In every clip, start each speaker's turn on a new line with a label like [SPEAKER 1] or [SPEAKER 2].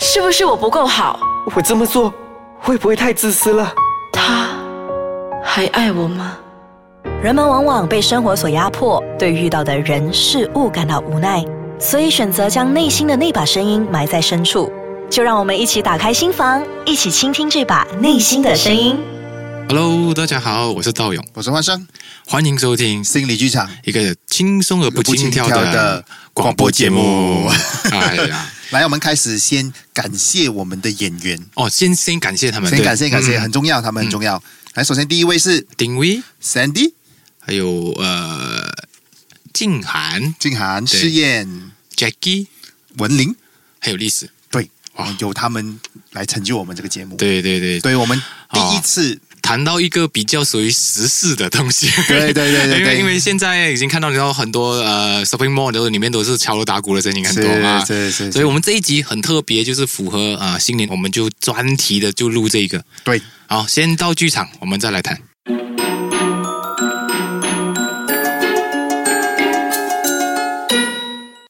[SPEAKER 1] 是不是我不够好？
[SPEAKER 2] 我这么做会不会太自私了？
[SPEAKER 1] 他还爱我吗？
[SPEAKER 3] 人们往往被生活所压迫，对遇到的人事物感到无奈，所以选择将内心的那把声音埋在深处。就让我们一起打开心房，一起倾听这把内心的声音。
[SPEAKER 4] Hello，大家好，我是道勇，
[SPEAKER 5] 我是万生，
[SPEAKER 4] 欢迎收听
[SPEAKER 5] 心理剧场。
[SPEAKER 4] 一个轻松而不
[SPEAKER 5] 不
[SPEAKER 4] 轻
[SPEAKER 5] 轻
[SPEAKER 4] 佻
[SPEAKER 5] 佻
[SPEAKER 4] 的
[SPEAKER 5] 的
[SPEAKER 4] 广播节目
[SPEAKER 5] 广。
[SPEAKER 4] 哎呀，
[SPEAKER 5] 来，我们开始先感谢我们的演员，
[SPEAKER 4] 哦，先先感谢他们，
[SPEAKER 5] 先
[SPEAKER 4] 对
[SPEAKER 5] 感谢感谢，
[SPEAKER 4] 嗯
[SPEAKER 5] 很重要，他们很重要。来，首先第一位是
[SPEAKER 4] 丁威，
[SPEAKER 5] Sandy、
[SPEAKER 4] 还有呃静涵、
[SPEAKER 5] 静涵、
[SPEAKER 4] 对
[SPEAKER 5] 试验、
[SPEAKER 4] Jackie，
[SPEAKER 5] 文玲，
[SPEAKER 4] 还有历史。
[SPEAKER 5] 对，由他们来成就我们这个节目。，
[SPEAKER 4] 对哦对对，
[SPEAKER 5] 对我们第一次
[SPEAKER 4] 谈到一个比较属于时事的东西。
[SPEAKER 5] 对对对 对
[SPEAKER 4] 因为
[SPEAKER 5] 对
[SPEAKER 4] 因为现在已经看到你知道很多呃 shopping mall 都里面都是敲锣打鼓的声音很多嘛，
[SPEAKER 5] 是是是是
[SPEAKER 4] 所以我们这一集很特别，就是符合啊、呃新年，我们就专题的就录这个。
[SPEAKER 5] 对
[SPEAKER 4] 好，先到剧场，我们再来谈。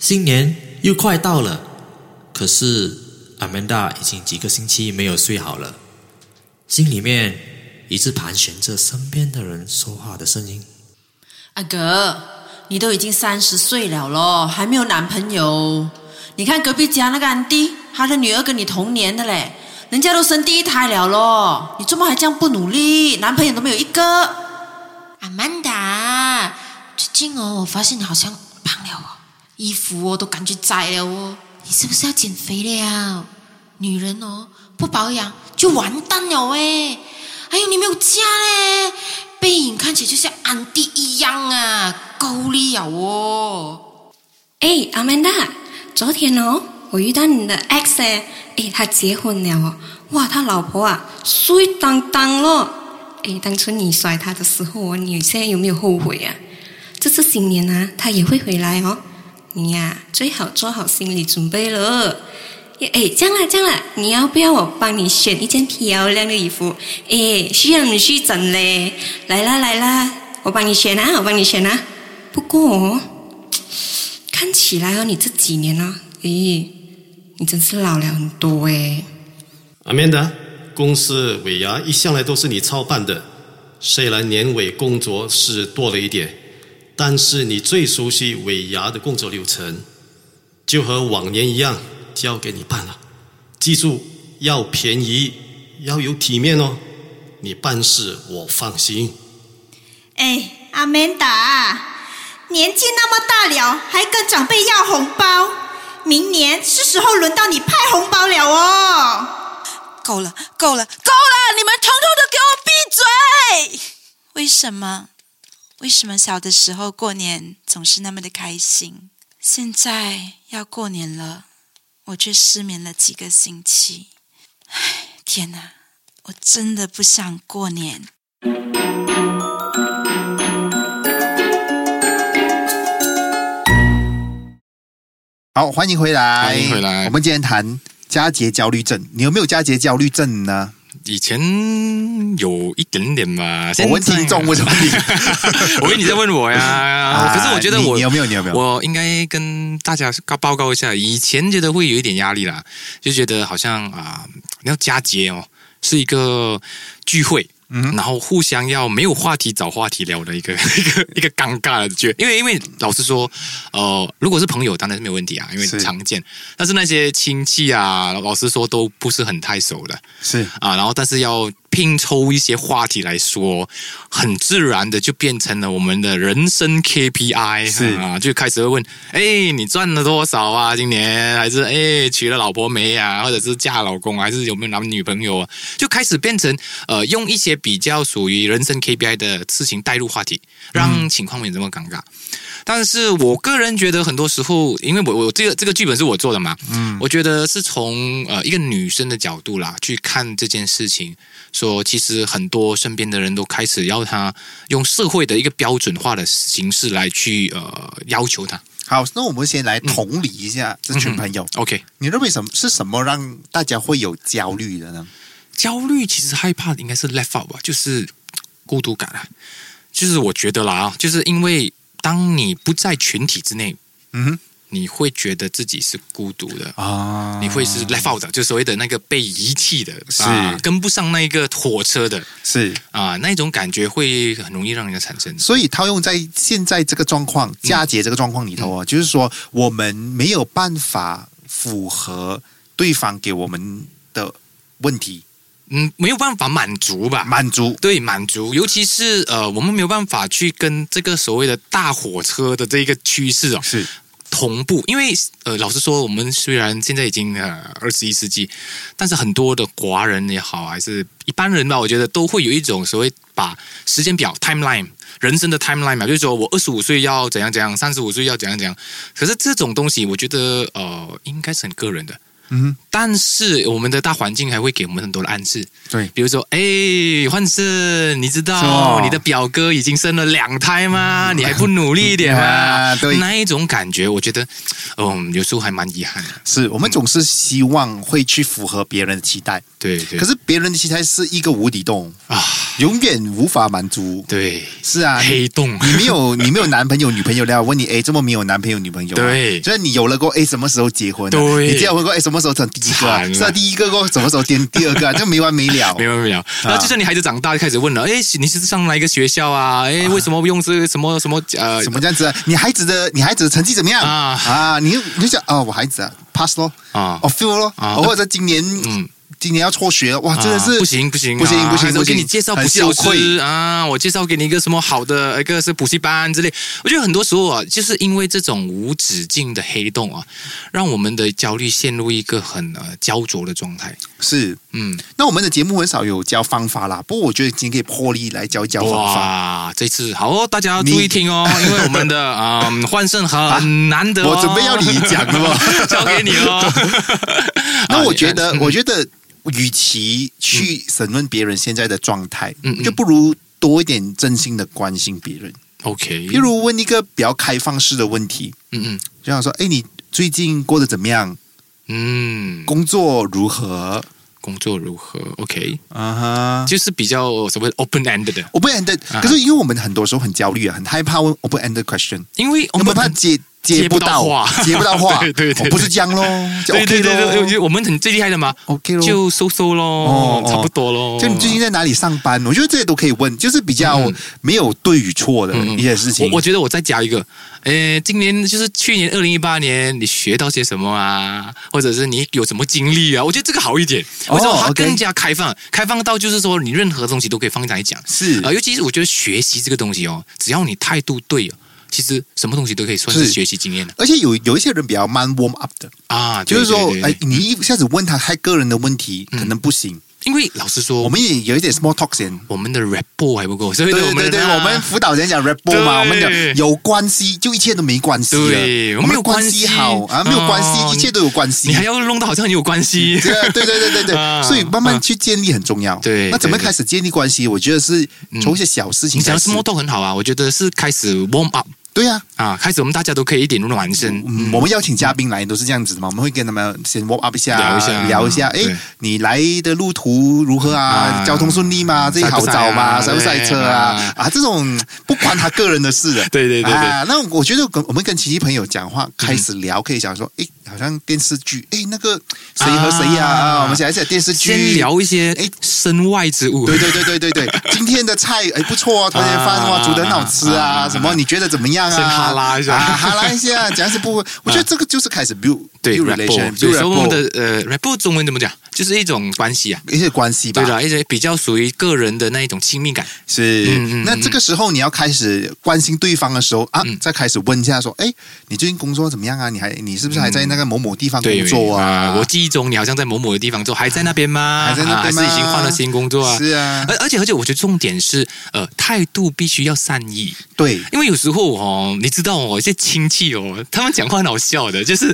[SPEAKER 6] 新年又快到了，可是阿曼达已经几个星期没有睡好了，心里面一直盘旋着身边的人说话的声音。
[SPEAKER 7] 阿哥，你都已经三十岁了咯，还没有男朋友。你看隔壁家那个安迪，她的女儿跟你同年的嘞，人家都生第一胎了咯，你怎么还这样不努力？男朋友都没有一个。
[SPEAKER 8] 阿曼达，最近哦，我发现你好像胖了哦，衣服哦都感觉窄了哦，你是不是要减肥了？女人哦，不保养就完蛋了哎！还有你没有家嘞，背影看起来就像安迪一样啊，够力了哦！
[SPEAKER 9] 哎，阿曼达，昨天哦，我遇到你的 ex 哎，哎，他结婚了哦，哇，他老婆啊，碎当当咯。哎，当初你甩他的时候哦，你现在有没有后悔啊？这次新年啊，他也会回来哦，你呀、最好做好心理准备了。哎，这样啦，这样啦，你要不要我帮你选一件漂亮的衣服？哎，需要你去整嘞。来啦，来啦，我帮你选啊，我帮你选啊。不过哦。看起来哦，你这几年呢、咦，你真是老了很多欸诶。
[SPEAKER 10] Amanda，公司尾牙一向来都是你操办的，虽然年尾工作是多了一点，但是你最熟悉尾牙的工作流程，就和往年一样交给你办了。记住，要便宜，要有体面哦。你办事我放心。
[SPEAKER 11] 哎，阿曼达，年纪那么大了，还跟长辈要红包，明年是时候轮到你派红包了哦。
[SPEAKER 12] 够了，够了，够了！你们统统都给我闭嘴！为什么？为什么小的时候过年总是那么的开心？现在要过年了，我却失眠了几个星期。唉，天哪！我真的不想过年。
[SPEAKER 5] 好，欢迎回来，
[SPEAKER 4] 欢迎回来
[SPEAKER 5] 我们今天谈佳节焦虑症，你有没有佳节焦虑症呢？
[SPEAKER 4] 以前有一点点吧，
[SPEAKER 5] 我问听众为什么你
[SPEAKER 4] 我以为你在问我呀，可是我觉得
[SPEAKER 5] 啊你
[SPEAKER 4] 我
[SPEAKER 5] 你有没有你有没有
[SPEAKER 4] 我应该跟大家告报告一下，以前觉得会有一点压力啦，就觉得好像啊、你要佳节哦，是一个聚会。
[SPEAKER 5] 嗯
[SPEAKER 4] 然后互相要没有话题找话题聊的一个 一个一个尴尬的觉，因为因为老实说，呃，如果是朋友当然是没有问题啊，因为
[SPEAKER 5] 是
[SPEAKER 4] 常见。但是那些亲戚啊，老实说都不是很太熟的，
[SPEAKER 5] 是
[SPEAKER 4] 啊，然后但是要拼凑一些话题来说，很自然的就变成了我们的人生 KPI，
[SPEAKER 5] 是
[SPEAKER 4] 啊，就开始会问，哎，你赚了多少啊？今年还是哎娶了老婆没啊？或者是嫁老公啊还是有没有男女朋友啊？就开始变成呃，用一些比较属于人生 KPI 的事情带入话题，让情况没有这么尴尬。但是我个人觉得，很多时候，因为我我这个这个剧本是我做的嘛，嗯，我觉得是从呃一个女生的角度啦去看这件事情，说其实很多身边的人都开始要她用社会的一个标准化的形式来去呃要求她。
[SPEAKER 5] 好，那我们先
[SPEAKER 4] 嗯
[SPEAKER 5] 来同理一下这群朋友。
[SPEAKER 4] OK，
[SPEAKER 5] 你认为什么是什么让大家会有焦虑的呢？
[SPEAKER 4] 焦虑其实害怕的应该是 left out 吧，就是孤独感啊，就是我觉得啦啊，就是因为当你不在群体之内，
[SPEAKER 5] 嗯哼，
[SPEAKER 4] 你会觉得自己是孤独的
[SPEAKER 5] 啊，
[SPEAKER 4] 你会是 left out 的，就所谓的那个被遗弃的，
[SPEAKER 5] 是
[SPEAKER 4] 啊跟不上那一个火车的
[SPEAKER 5] 是
[SPEAKER 4] 啊，那一种感觉会很容易让人家产生。
[SPEAKER 5] 所以套用在现在这个状况，佳节这个状况里头哦，就是说我们没有办法符合对方给我们的问题，
[SPEAKER 4] 嗯，没有办法满足吧？
[SPEAKER 5] 满足
[SPEAKER 4] 对满足，尤其是呃，我们没有办法去跟这个所谓的大火车的这个趋势哦，
[SPEAKER 5] 是
[SPEAKER 4] 同步。因为呃，老实说，我们虽然现在已经呃二十一世纪，但是很多的华人也好，还是一般人吧，我觉得都会有一种所谓把时间表 timeline。人生的 timeline 嘛，就是说我二十五岁要怎样怎样，三十五岁要怎样怎样。可是这种东西，我觉得呃，应该是很个人的。
[SPEAKER 5] 嗯，
[SPEAKER 4] 但是我们的大环境还会给我们很多的暗示，
[SPEAKER 5] 对，
[SPEAKER 4] 比如说，哎，幻胜，你知
[SPEAKER 5] 是
[SPEAKER 4] 道
[SPEAKER 5] 哦
[SPEAKER 4] 你的表哥已经生了两胎吗？你还不努力一点吗
[SPEAKER 5] 嗯 啊？对
[SPEAKER 4] 那一种感觉，我觉得，嗯，有时候还蛮遗憾的。
[SPEAKER 5] 是我们总是希望会去符合别人的期待，
[SPEAKER 4] 对对，
[SPEAKER 5] 可是别人的期待是一个无底洞
[SPEAKER 4] 啊，
[SPEAKER 5] 永远无法满足。
[SPEAKER 4] 对
[SPEAKER 5] 是啊，
[SPEAKER 4] 黑洞，
[SPEAKER 5] 你没有你没有男朋友女朋友了，问你哎，怎么没有男朋友女朋友、啊？
[SPEAKER 4] 对
[SPEAKER 5] 就是你有了过哎，什么时候结婚、啊？
[SPEAKER 4] 对
[SPEAKER 5] 你结了婚过哎，什么时候生第一个、啊？
[SPEAKER 4] 惨了
[SPEAKER 5] 是啊，第一个过什么时候生第二个、啊？就没完没了。
[SPEAKER 4] 没完没了。然后就算你孩子长大，开始问了，哎，你是上哪一个学校啊？哎，为什么用这个什么什么呃
[SPEAKER 5] 怎么这样子、啊？你孩子的你孩子的成绩怎么样
[SPEAKER 4] 啊
[SPEAKER 5] 啊？你就你就想啊、我孩子啊 pass 咯，
[SPEAKER 4] 啊
[SPEAKER 5] 哦 fail 咯，
[SPEAKER 4] 啊
[SPEAKER 5] 哦或者今年
[SPEAKER 4] 嗯
[SPEAKER 5] 今年要辍学，哇，真的
[SPEAKER 4] 啊
[SPEAKER 5] 是
[SPEAKER 4] 不行不行
[SPEAKER 5] 不行
[SPEAKER 4] 啊
[SPEAKER 5] 不行
[SPEAKER 4] 还是
[SPEAKER 5] 不
[SPEAKER 4] 我
[SPEAKER 5] 行，
[SPEAKER 4] 给你介绍补
[SPEAKER 5] 很
[SPEAKER 4] 习
[SPEAKER 5] 羞
[SPEAKER 4] 老
[SPEAKER 5] 愧。
[SPEAKER 4] 师啊，我介绍给你一个什么好的，一个是补习班之类。我觉得很多时候啊，就是因为这种无止境的黑洞啊，让我们的焦虑陷入一个很呃焦灼的状态。
[SPEAKER 5] 是，
[SPEAKER 4] 嗯，
[SPEAKER 5] 那我们的节目很少有教方法啦，不过我觉得今天可以破例来教一教方法。
[SPEAKER 4] 哇，这次好哦，大家要注意听哦，因为我们的啊、嗯、换胜很难得、哦
[SPEAKER 5] 我准备要你讲了哦
[SPEAKER 4] 交给你哦。
[SPEAKER 5] 那我觉得，
[SPEAKER 4] 啊
[SPEAKER 5] 我觉得，与其去审问别人现在的状态，
[SPEAKER 4] 嗯嗯嗯
[SPEAKER 5] 就不如多一点真心的关心别人。
[SPEAKER 4] OK，
[SPEAKER 5] 譬如问一个比较开放式的问题，
[SPEAKER 4] 嗯
[SPEAKER 5] 就像说：“哎，你最近过得怎么样？
[SPEAKER 4] 嗯嗯，
[SPEAKER 5] 工作如何
[SPEAKER 4] 工作如何？OK，？”
[SPEAKER 5] 啊哈。
[SPEAKER 4] 就是比较所谓 open ended 的。
[SPEAKER 5] open ended，
[SPEAKER 4] 啊
[SPEAKER 5] 可是因为我们很多时候很焦虑啊，很害怕问 open ended question，
[SPEAKER 4] 因为我
[SPEAKER 5] 那
[SPEAKER 4] 们
[SPEAKER 5] 么怕接接不到
[SPEAKER 4] 接不到话
[SPEAKER 5] 接不到话，
[SPEAKER 4] 对对对
[SPEAKER 5] 哦不是这样喽，就
[SPEAKER 4] 对
[SPEAKER 5] OK
[SPEAKER 4] 对对对，我
[SPEAKER 5] 咯
[SPEAKER 4] 觉得我们很最厉害的嘛
[SPEAKER 5] OK 咯
[SPEAKER 4] 就收收咯
[SPEAKER 5] 哦，
[SPEAKER 4] 差不多咯。
[SPEAKER 5] 就你最近在哪里上班？我觉得这些都可以问，就是比较
[SPEAKER 4] 嗯
[SPEAKER 5] 没有对与错的
[SPEAKER 4] 嗯
[SPEAKER 5] 一些事情。
[SPEAKER 4] 我我觉得我再加一个，呃，今年就是去年二零一八年，你学到些什么啊？或者是你有什么经历啊？我觉得这个好一点，
[SPEAKER 5] 哦
[SPEAKER 4] 为什么它
[SPEAKER 5] OK
[SPEAKER 4] 更加开放？开放到就是说你任何东西都可以放在讲。
[SPEAKER 5] 是
[SPEAKER 4] 啊、尤其是我觉得学习这个东西哦，只要你态度对哦，其实什么东西都可以算是
[SPEAKER 5] 是
[SPEAKER 4] 学习经验的
[SPEAKER 5] 而且有有一些人比较慢 warm up 的，
[SPEAKER 4] 啊。对
[SPEAKER 5] 就是说
[SPEAKER 4] 对，对
[SPEAKER 5] 哎
[SPEAKER 4] 对，
[SPEAKER 5] 你一下子问他太个人的问题，可能不行。
[SPEAKER 4] 因为老实说，
[SPEAKER 5] 我
[SPEAKER 4] 我们
[SPEAKER 5] 们也有一点 small talk 先。
[SPEAKER 4] 我们的 rapport 还不够，所以
[SPEAKER 5] 对
[SPEAKER 4] 我
[SPEAKER 5] 对
[SPEAKER 4] 们
[SPEAKER 5] 对
[SPEAKER 4] 的啊
[SPEAKER 5] 对，
[SPEAKER 4] 那
[SPEAKER 5] 我们辅导人讲 r e p o 嘛，
[SPEAKER 4] 对
[SPEAKER 5] 我们讲有关系，就一切都没关系了。
[SPEAKER 4] 对
[SPEAKER 5] 我
[SPEAKER 4] 我们
[SPEAKER 5] 们的
[SPEAKER 4] 有
[SPEAKER 5] 关
[SPEAKER 4] 关
[SPEAKER 5] 系
[SPEAKER 4] 系
[SPEAKER 5] 好啊，没有关
[SPEAKER 4] 哦
[SPEAKER 5] 系，一切都有关系。
[SPEAKER 4] 你还要弄得好像很有关系。
[SPEAKER 5] 对啊对对对对对，
[SPEAKER 4] 啊
[SPEAKER 5] 所以慢慢去建立很重要。
[SPEAKER 4] 对
[SPEAKER 5] 那怎么
[SPEAKER 4] 对对嗯
[SPEAKER 5] 开始建立关系？我觉得是从一些小事情
[SPEAKER 4] 你讲
[SPEAKER 5] 开
[SPEAKER 4] 的
[SPEAKER 5] 始。
[SPEAKER 4] small talk 很好啊，我觉得是开始 warm up
[SPEAKER 5] 对呀，
[SPEAKER 4] 啊，开始我们大家都可以一点暖身。
[SPEAKER 5] 嗯，我们邀请嘉宾来都是这样子的嘛，我们会跟他们先 warm up 一下，
[SPEAKER 4] 聊一下嗯
[SPEAKER 5] 聊一下，哎
[SPEAKER 4] 对，
[SPEAKER 5] 你来的路途如何啊？
[SPEAKER 4] 啊
[SPEAKER 5] 交通顺利吗？自己好找吗？塞
[SPEAKER 4] 塞
[SPEAKER 5] 不
[SPEAKER 4] 不
[SPEAKER 5] 塞
[SPEAKER 4] 塞啊
[SPEAKER 5] 车啊？啊，这种不关他个人的事的。
[SPEAKER 4] 对对对对嗯
[SPEAKER 5] 啊，那我觉得跟我们跟亲戚朋友讲话，开始聊可以讲说，哎，好像电视剧，哎，那个谁和谁呀？
[SPEAKER 4] 啊
[SPEAKER 5] 啊，我们讲一下电视剧，
[SPEAKER 4] 先聊一些
[SPEAKER 5] 哎
[SPEAKER 4] 身外之物。
[SPEAKER 5] 对对对对对对，今天的菜哎不错哦，团圆饭哇
[SPEAKER 4] 啊
[SPEAKER 5] 煮的很好吃啊，
[SPEAKER 4] 啊
[SPEAKER 5] 什么你觉得怎么样啊？
[SPEAKER 4] 先哈拉一下
[SPEAKER 5] 啊哈拉一下，讲是不，我觉得这个就是开始 build
[SPEAKER 4] 对
[SPEAKER 5] build
[SPEAKER 4] ，rapport，
[SPEAKER 5] relation，
[SPEAKER 4] 所以说我们
[SPEAKER 5] build
[SPEAKER 4] 的呃 rapport 中文怎么讲，就是一种关系啊。
[SPEAKER 5] 一些关系吧
[SPEAKER 4] 对。的，一些比较属于个人的那一种亲密感。
[SPEAKER 5] 是
[SPEAKER 4] 嗯嗯，
[SPEAKER 5] 那这个时候你要开始关心对方的时候啊
[SPEAKER 4] 嗯，
[SPEAKER 5] 再开始问一下说，哎，你最近工作怎么样啊？你还你是不是还
[SPEAKER 4] 嗯
[SPEAKER 5] 在那个某某地方工作啊？
[SPEAKER 4] 我记忆中你好像在某某的地方做，还在那边吗？
[SPEAKER 5] 还在那边吗
[SPEAKER 4] 啊还是已经换了新工作啊？
[SPEAKER 5] 是啊
[SPEAKER 4] 而而且而且，我觉得重点是，呃，态度必须要善意。
[SPEAKER 5] 对
[SPEAKER 4] 因为有时候哦，你知道哦，一些亲戚哦，他们讲话很好笑的，就是，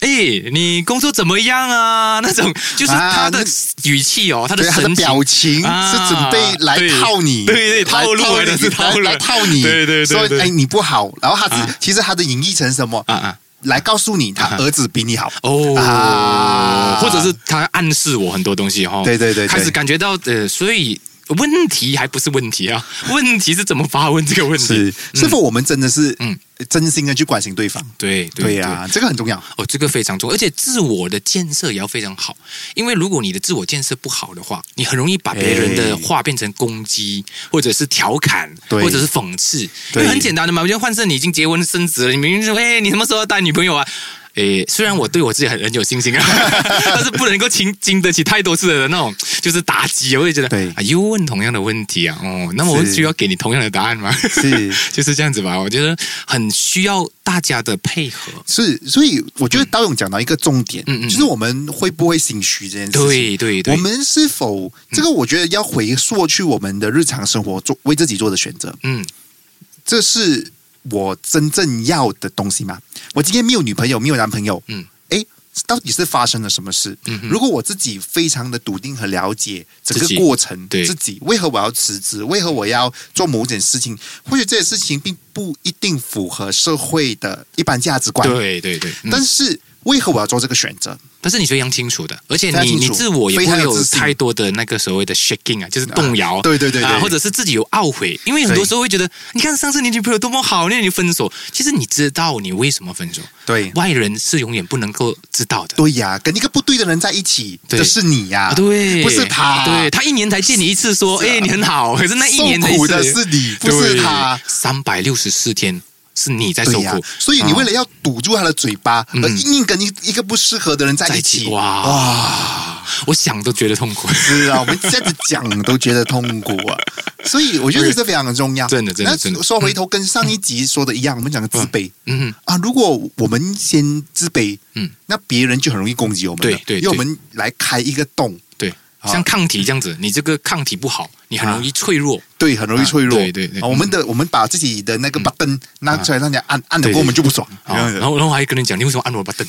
[SPEAKER 4] 哎，你工作怎么样啊？那种就是
[SPEAKER 5] 啊
[SPEAKER 4] 他的
[SPEAKER 5] 那
[SPEAKER 4] 语气哦，他的
[SPEAKER 5] 对，他
[SPEAKER 4] 神
[SPEAKER 5] 的
[SPEAKER 4] 情啊
[SPEAKER 5] 表情是准备来套你，
[SPEAKER 4] 对对对
[SPEAKER 5] 来
[SPEAKER 4] 套路来的是
[SPEAKER 5] 套
[SPEAKER 4] 套路
[SPEAKER 5] 来来套你，
[SPEAKER 4] 对对对
[SPEAKER 5] 说
[SPEAKER 4] 对
[SPEAKER 5] 哎你不好，然后他只
[SPEAKER 4] 啊
[SPEAKER 5] 其实他的隐意成什么
[SPEAKER 4] 啊啊。
[SPEAKER 5] 来告诉你他
[SPEAKER 4] 啊
[SPEAKER 5] 儿子比你好
[SPEAKER 4] 哦，
[SPEAKER 5] 啊
[SPEAKER 4] 或者是他暗示我很多东西哈、哦。
[SPEAKER 5] 对对对对
[SPEAKER 4] 开始感觉到呃，所以问题还不是问题啊， 问题是怎么发问这个问题？
[SPEAKER 5] 是是否
[SPEAKER 4] 嗯
[SPEAKER 5] 我们真的是嗯真心的去关心对方？
[SPEAKER 4] 对
[SPEAKER 5] 对呀，这个很重要。
[SPEAKER 4] 哦，这个非常重要，而且自我的建设也要非常好，因为如果你的自我建设不好的话，你很容易把别人的话变成攻击，或者是调侃，
[SPEAKER 5] 哎对
[SPEAKER 4] 或者是讽刺。因
[SPEAKER 5] 对
[SPEAKER 4] 为很简单的嘛，就换成你已经结婚生子了，你明明说，哎，你什么时候要带女朋友啊？诶，虽然我对我自己很很有信心啊， 但是不能够经经得起太多次的那种就是打击，我会觉得，对，啊，又问同样的问题啊，哦，那么我
[SPEAKER 5] 是
[SPEAKER 4] 需要给你同样的答案吗？
[SPEAKER 5] 是，
[SPEAKER 4] 就是这样子吧。我觉得很需要大家的配合。
[SPEAKER 5] 是，所以我觉得刀勇讲到一个重点，就是我们会不会心虚这件事情。
[SPEAKER 4] 嗯对对嗯对
[SPEAKER 5] 我们是否这个？我觉得要回溯去我们的日常生活做为自己做的选择，
[SPEAKER 4] 嗯，
[SPEAKER 5] 这是我真正要的东西吗？我今天没有女朋友，没有男朋友，
[SPEAKER 4] 嗯，
[SPEAKER 5] 诶，到底是发生了什么事？
[SPEAKER 4] 嗯哼
[SPEAKER 5] 如果我自己非常的笃定和了解整
[SPEAKER 4] 自己
[SPEAKER 5] 个过程，
[SPEAKER 4] 对
[SPEAKER 5] 自己为何我要辞职，为何我要做某件事情，或许这些事情并不一定符合社会的一般价值观，
[SPEAKER 4] 对对对，嗯
[SPEAKER 5] 但是为何我要做这个选择？
[SPEAKER 4] 但是你非常清楚的，而且
[SPEAKER 5] 非常
[SPEAKER 4] 你
[SPEAKER 5] 清
[SPEAKER 4] 你
[SPEAKER 5] 楚
[SPEAKER 4] 自我也
[SPEAKER 5] 非
[SPEAKER 4] 不
[SPEAKER 5] 常
[SPEAKER 4] 会
[SPEAKER 5] 有
[SPEAKER 4] 有
[SPEAKER 5] 自信
[SPEAKER 4] 太多的那个所谓的 shaking 啊，就是动摇，
[SPEAKER 5] 啊对对对
[SPEAKER 4] 啊
[SPEAKER 5] 对
[SPEAKER 4] 或者是自己有懊悔，因为很多时候会觉得，你看上次你女朋友多么好，那你分手，其实你知道你为什么分手，
[SPEAKER 5] 对，
[SPEAKER 4] 外人是永远不能够知道的。
[SPEAKER 5] 对呀，跟一个不对的人在一起，
[SPEAKER 4] 对
[SPEAKER 5] 这是你呀、
[SPEAKER 4] 啊，对，
[SPEAKER 5] 不是他，
[SPEAKER 4] 对他一年才见你一次说，哎，你很好，可是那一年才一
[SPEAKER 5] 受
[SPEAKER 4] 次
[SPEAKER 5] 苦的是你，不是他，。
[SPEAKER 4] 三百六十四天是你在受
[SPEAKER 5] 对呀
[SPEAKER 4] 苦，，啊
[SPEAKER 5] 所以你为了要堵住他的嘴巴，
[SPEAKER 4] 嗯
[SPEAKER 5] 而硬硬跟一一个不适合的人在
[SPEAKER 4] 在
[SPEAKER 5] 一
[SPEAKER 4] 一起，
[SPEAKER 5] 起，
[SPEAKER 4] 哇哇，我想都觉得痛苦。
[SPEAKER 5] 是啊，我们这样子讲都觉得痛苦 啊，所以我觉得这非常的重要。
[SPEAKER 4] 真的真的
[SPEAKER 5] 那
[SPEAKER 4] 真的
[SPEAKER 5] 说回头跟上一集说的一样，我们讲的自卑
[SPEAKER 4] 嗯，
[SPEAKER 5] 啊，如果我们先自卑，
[SPEAKER 4] 嗯，
[SPEAKER 5] 那别人就很容易攻击我们了，
[SPEAKER 4] 对对
[SPEAKER 5] 因为我
[SPEAKER 4] 对
[SPEAKER 5] 们来开一个洞，
[SPEAKER 4] 对，
[SPEAKER 5] 啊
[SPEAKER 4] 像抗体这样子，你这个抗体不好，你很容易脆弱。
[SPEAKER 5] 对，很容易脆弱。
[SPEAKER 4] 啊对对对嗯啊
[SPEAKER 5] 啊我们的我们把自己的那个 button 拿出来让人家按，按了
[SPEAKER 4] 对
[SPEAKER 5] 过后我们就不爽。
[SPEAKER 4] 啊然后，然后还跟人讲，你为什么按我把灯？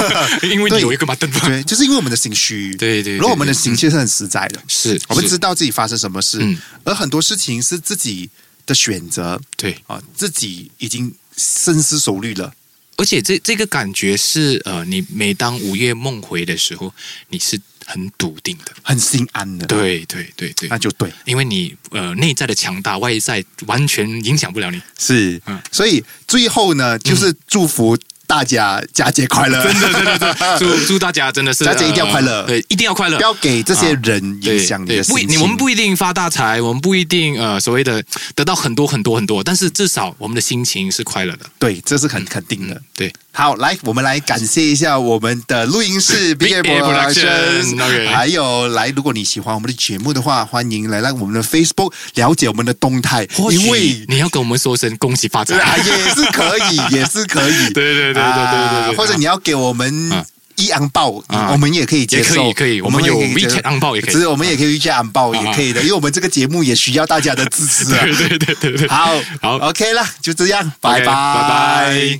[SPEAKER 4] 因为你
[SPEAKER 5] 对
[SPEAKER 4] 有一个把灯吧。
[SPEAKER 5] 对，就是因为我们的心虚。
[SPEAKER 4] 对对对嗯
[SPEAKER 5] 然后我们的心其实很实在的，
[SPEAKER 4] 是，
[SPEAKER 5] 我们
[SPEAKER 4] 是
[SPEAKER 5] 知道自己发生什么事
[SPEAKER 4] 嗯，
[SPEAKER 5] 而很多事情是自己的选择
[SPEAKER 4] 对，
[SPEAKER 5] 啊，自己已经深思熟虑了。
[SPEAKER 4] 而且这这个感觉是，呃，你每当午夜梦回的时候，你是很笃定的。
[SPEAKER 5] 很心安的，，
[SPEAKER 4] 对对对对
[SPEAKER 5] 那，就对，
[SPEAKER 4] 因为你呃内在的强大，外在完全影响不了你。
[SPEAKER 5] 是
[SPEAKER 4] 嗯，
[SPEAKER 5] 所以最后呢，就是祝福大家佳节快乐，
[SPEAKER 4] 真的真的真的， 祝祝大家真的是
[SPEAKER 5] 啊大家一定要
[SPEAKER 4] 呃
[SPEAKER 5] 快乐
[SPEAKER 4] 对，一定要快乐，
[SPEAKER 5] 不要给这些人
[SPEAKER 4] 对
[SPEAKER 5] 影响你
[SPEAKER 4] 对
[SPEAKER 5] 的心
[SPEAKER 4] 不一
[SPEAKER 5] 情。
[SPEAKER 4] 你我们不一定发大财，我们不一定呃所谓的得到很多很多很多，但是至少我们的心情是快乐的。
[SPEAKER 5] 对，这是很肯定的。
[SPEAKER 4] 对，
[SPEAKER 5] 好，来，我们来感谢一下我们的录音 室
[SPEAKER 4] Big
[SPEAKER 5] Big A
[SPEAKER 4] Air Productions，OK
[SPEAKER 5] Productions，还有来，如果你喜欢我们的节目的话，欢迎来到我们的 Facebook 了解我们的动态，
[SPEAKER 4] 或许
[SPEAKER 5] 因为。
[SPEAKER 4] 你要跟我们说声恭喜发财，
[SPEAKER 5] 啊，也是可以， 也是可以，
[SPEAKER 4] 对对对对对对
[SPEAKER 5] 啊
[SPEAKER 4] 对对
[SPEAKER 5] 或者你要给我们
[SPEAKER 4] 啊
[SPEAKER 5] 一昂报，
[SPEAKER 4] 啊
[SPEAKER 5] 我们也可以接受，
[SPEAKER 4] 也可以可以我们有
[SPEAKER 5] 也可以接受
[SPEAKER 4] WeChat 昂报也可以啊
[SPEAKER 5] 是我们也可以 WeChat 昂报也可以的，因为我们这个节目也需 要大家的支持啊。
[SPEAKER 4] 对对对对对，
[SPEAKER 5] 好，
[SPEAKER 4] 好
[SPEAKER 5] ，OK 啦，就这样，
[SPEAKER 4] OK，
[SPEAKER 5] 拜
[SPEAKER 4] 拜拜。